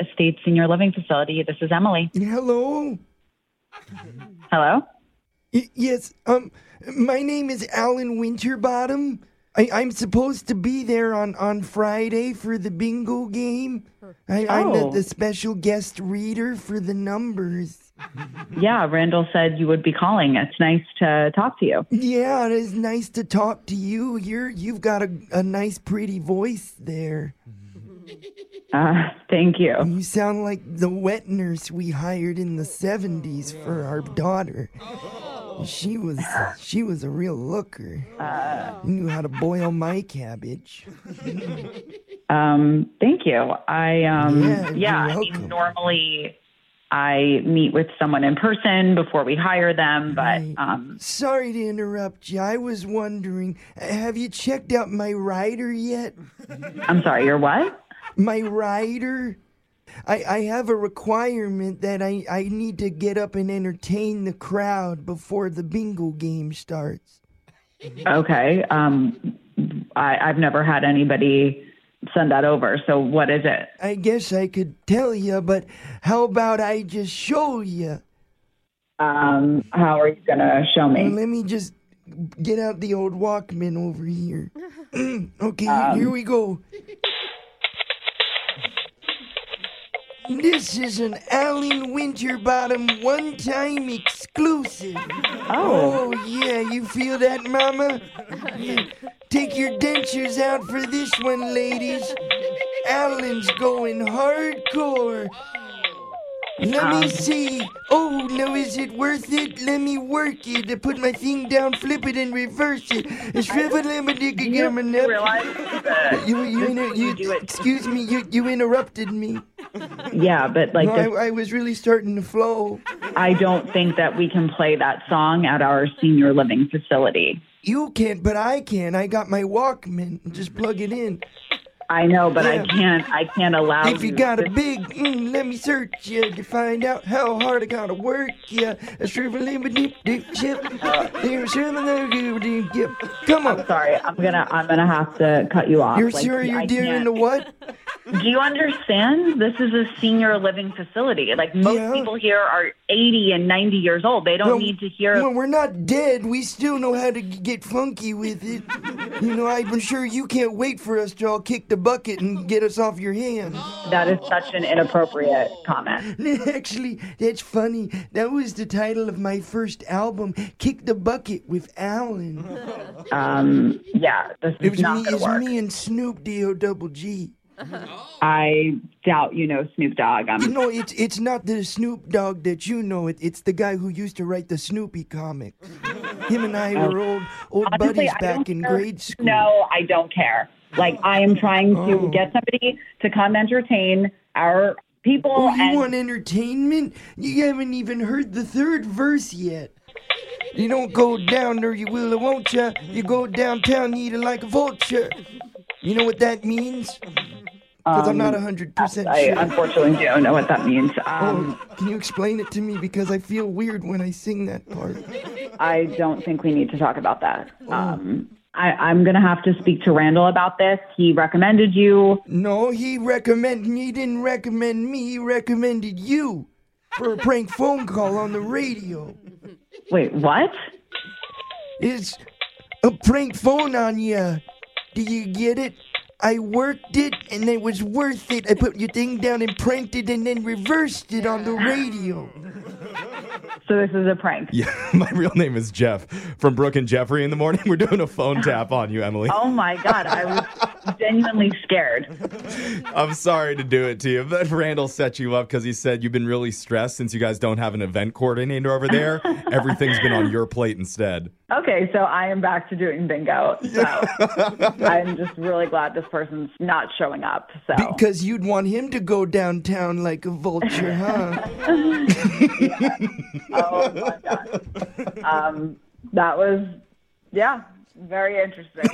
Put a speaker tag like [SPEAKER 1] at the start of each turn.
[SPEAKER 1] Estate Senior Living Facility. This is Emily.
[SPEAKER 2] Hello.
[SPEAKER 1] Hello?
[SPEAKER 2] Y- yes. Um, my name is Alan Winterbottom. I- I'm supposed to be there on on Friday for the bingo game. I- I'm the,
[SPEAKER 1] Oh.
[SPEAKER 2] the special guest reader for the numbers.
[SPEAKER 1] Yeah, Randall said you would be calling. It's nice to talk to you.
[SPEAKER 2] Yeah, it is nice to talk to you. You're you've got a, a nice, pretty voice there.
[SPEAKER 1] Uh, thank you.
[SPEAKER 2] You sound like the wet nurse we hired in the '70s for our daughter. She was she was a real looker. Knew how to boil my cabbage.
[SPEAKER 1] Um, thank you. I um,
[SPEAKER 2] Yeah,
[SPEAKER 1] yeah,
[SPEAKER 2] you're
[SPEAKER 1] I
[SPEAKER 2] welcome.
[SPEAKER 1] mean, normally I meet with someone in person before we hire them, but
[SPEAKER 2] Right.
[SPEAKER 1] um,
[SPEAKER 2] Sorry to interrupt you. I was wondering, have you checked out my rider yet?
[SPEAKER 1] I'm sorry, you're what?
[SPEAKER 2] My rider? I, I have a requirement that I, I need to get up and entertain the crowd before the bingo game starts.
[SPEAKER 1] Okay. Um, I, I've never had anybody send that over. So what is it?
[SPEAKER 2] I guess I could tell you, but how about I just show you?
[SPEAKER 1] Um, how are you going to show me?
[SPEAKER 2] Let me just get out the old Walkman over here. okay, here we go. This is an Alan Winterbottom one time exclusive.
[SPEAKER 1] Oh,
[SPEAKER 2] Oh, yeah, you feel that, Mama? Yeah. Take your dentures out for this one, ladies. Alan's going hardcore. Let me see. Oh, now is it worth it? Let me work it. I put my thing down, flip it, and reverse it. It's
[SPEAKER 1] you realize that-
[SPEAKER 2] you, you, inter- you,
[SPEAKER 1] do it.
[SPEAKER 2] excuse me, you, you interrupted me.
[SPEAKER 1] yeah, but like
[SPEAKER 2] No,
[SPEAKER 1] this,
[SPEAKER 2] I, I was really starting to flow.
[SPEAKER 1] I don't think that we can play that song at our senior living facility.
[SPEAKER 2] You can't, but I can. I got my Walkman. Just plug it in.
[SPEAKER 1] I know, but
[SPEAKER 2] Yeah.
[SPEAKER 1] I can't. I can't allow.
[SPEAKER 2] If you got a big, mm, let me search you to find out how hard I gotta work you. A shrivel in deep deep chip.
[SPEAKER 1] Uh.
[SPEAKER 2] There's shrivel in deep deep chip. Come on.
[SPEAKER 1] Sorry, I'm gonna. I'm gonna have to cut you off.
[SPEAKER 2] You're
[SPEAKER 1] Like,
[SPEAKER 2] sure you're
[SPEAKER 1] I
[SPEAKER 2] doing
[SPEAKER 1] can't-
[SPEAKER 2] the what?
[SPEAKER 1] Do you understand? This is a senior living facility. Like most
[SPEAKER 2] Yeah.
[SPEAKER 1] people here are 80 and 90 years old. They don't
[SPEAKER 2] No,
[SPEAKER 1] need to hear.
[SPEAKER 2] When we're not dead, we still know how to g- get funky with it. You know, I'm sure you can't wait for us to all kick the bucket and get us off your hands.
[SPEAKER 1] That is such an inappropriate comment.
[SPEAKER 2] Actually, that's funny. That was the title of my first album, Kick the Bucket with Alan.
[SPEAKER 1] Um, yeah, this
[SPEAKER 2] It
[SPEAKER 1] is
[SPEAKER 2] was me,
[SPEAKER 1] not going
[SPEAKER 2] it
[SPEAKER 1] to
[SPEAKER 2] was
[SPEAKER 1] work.
[SPEAKER 2] me and Snoop D O Double G.
[SPEAKER 1] I doubt you know Snoop Dogg. I'm,
[SPEAKER 2] No, it's it's not the Snoop Dogg that you know. It, it's the guy who used to write the Snoopy comic. Him and I were old old
[SPEAKER 1] honestly,
[SPEAKER 2] buddies
[SPEAKER 1] I don't
[SPEAKER 2] back in
[SPEAKER 1] care.
[SPEAKER 2] grade school.
[SPEAKER 1] No, I don't care. Like I am trying to
[SPEAKER 2] Oh.
[SPEAKER 1] get somebody to come entertain our people.
[SPEAKER 2] Oh, you
[SPEAKER 1] and
[SPEAKER 2] want entertainment? You haven't even heard the third verse yet. You don't go down there, you will, or won't ya? You go downtown, you eat it like a vulture. You know what that means? Because I'm not 100%
[SPEAKER 1] Um, I
[SPEAKER 2] sure.
[SPEAKER 1] unfortunately don't know what that means. Um,
[SPEAKER 2] Oh, can you explain it to me? Because I feel weird when I sing that part.
[SPEAKER 1] I don't think we need to talk about that.
[SPEAKER 2] Oh.
[SPEAKER 1] Um, I, I'm going to have to speak to Randall about this. He recommended you.
[SPEAKER 2] No, he recommended me. He didn't recommend me. He recommended you for a prank phone call on the radio.
[SPEAKER 1] Wait, what?
[SPEAKER 2] It's a prank phone on ya. Do you get it? I worked it and it was worth it. I put your thing down and pranked it and then reversed it on the radio.
[SPEAKER 1] So this is a prank.
[SPEAKER 3] Yeah, my real name is Jeff from Brooke and Jeffrey in the morning. We're doing a phone tap on you, Emily.
[SPEAKER 1] Oh my God, I was genuinely scared.
[SPEAKER 3] I'm sorry to do it to you, but Randall set you up because he said you've been really stressed since you guys don't have an event coordinator over there. Everything's been on your plate instead.
[SPEAKER 1] Okay, so I am back to doing bingo. So I'm just really glad this person's not showing up. So
[SPEAKER 2] Because you'd want him to go downtown like a vulture, huh?
[SPEAKER 1] oh my God. Um, that was, yeah, very interesting.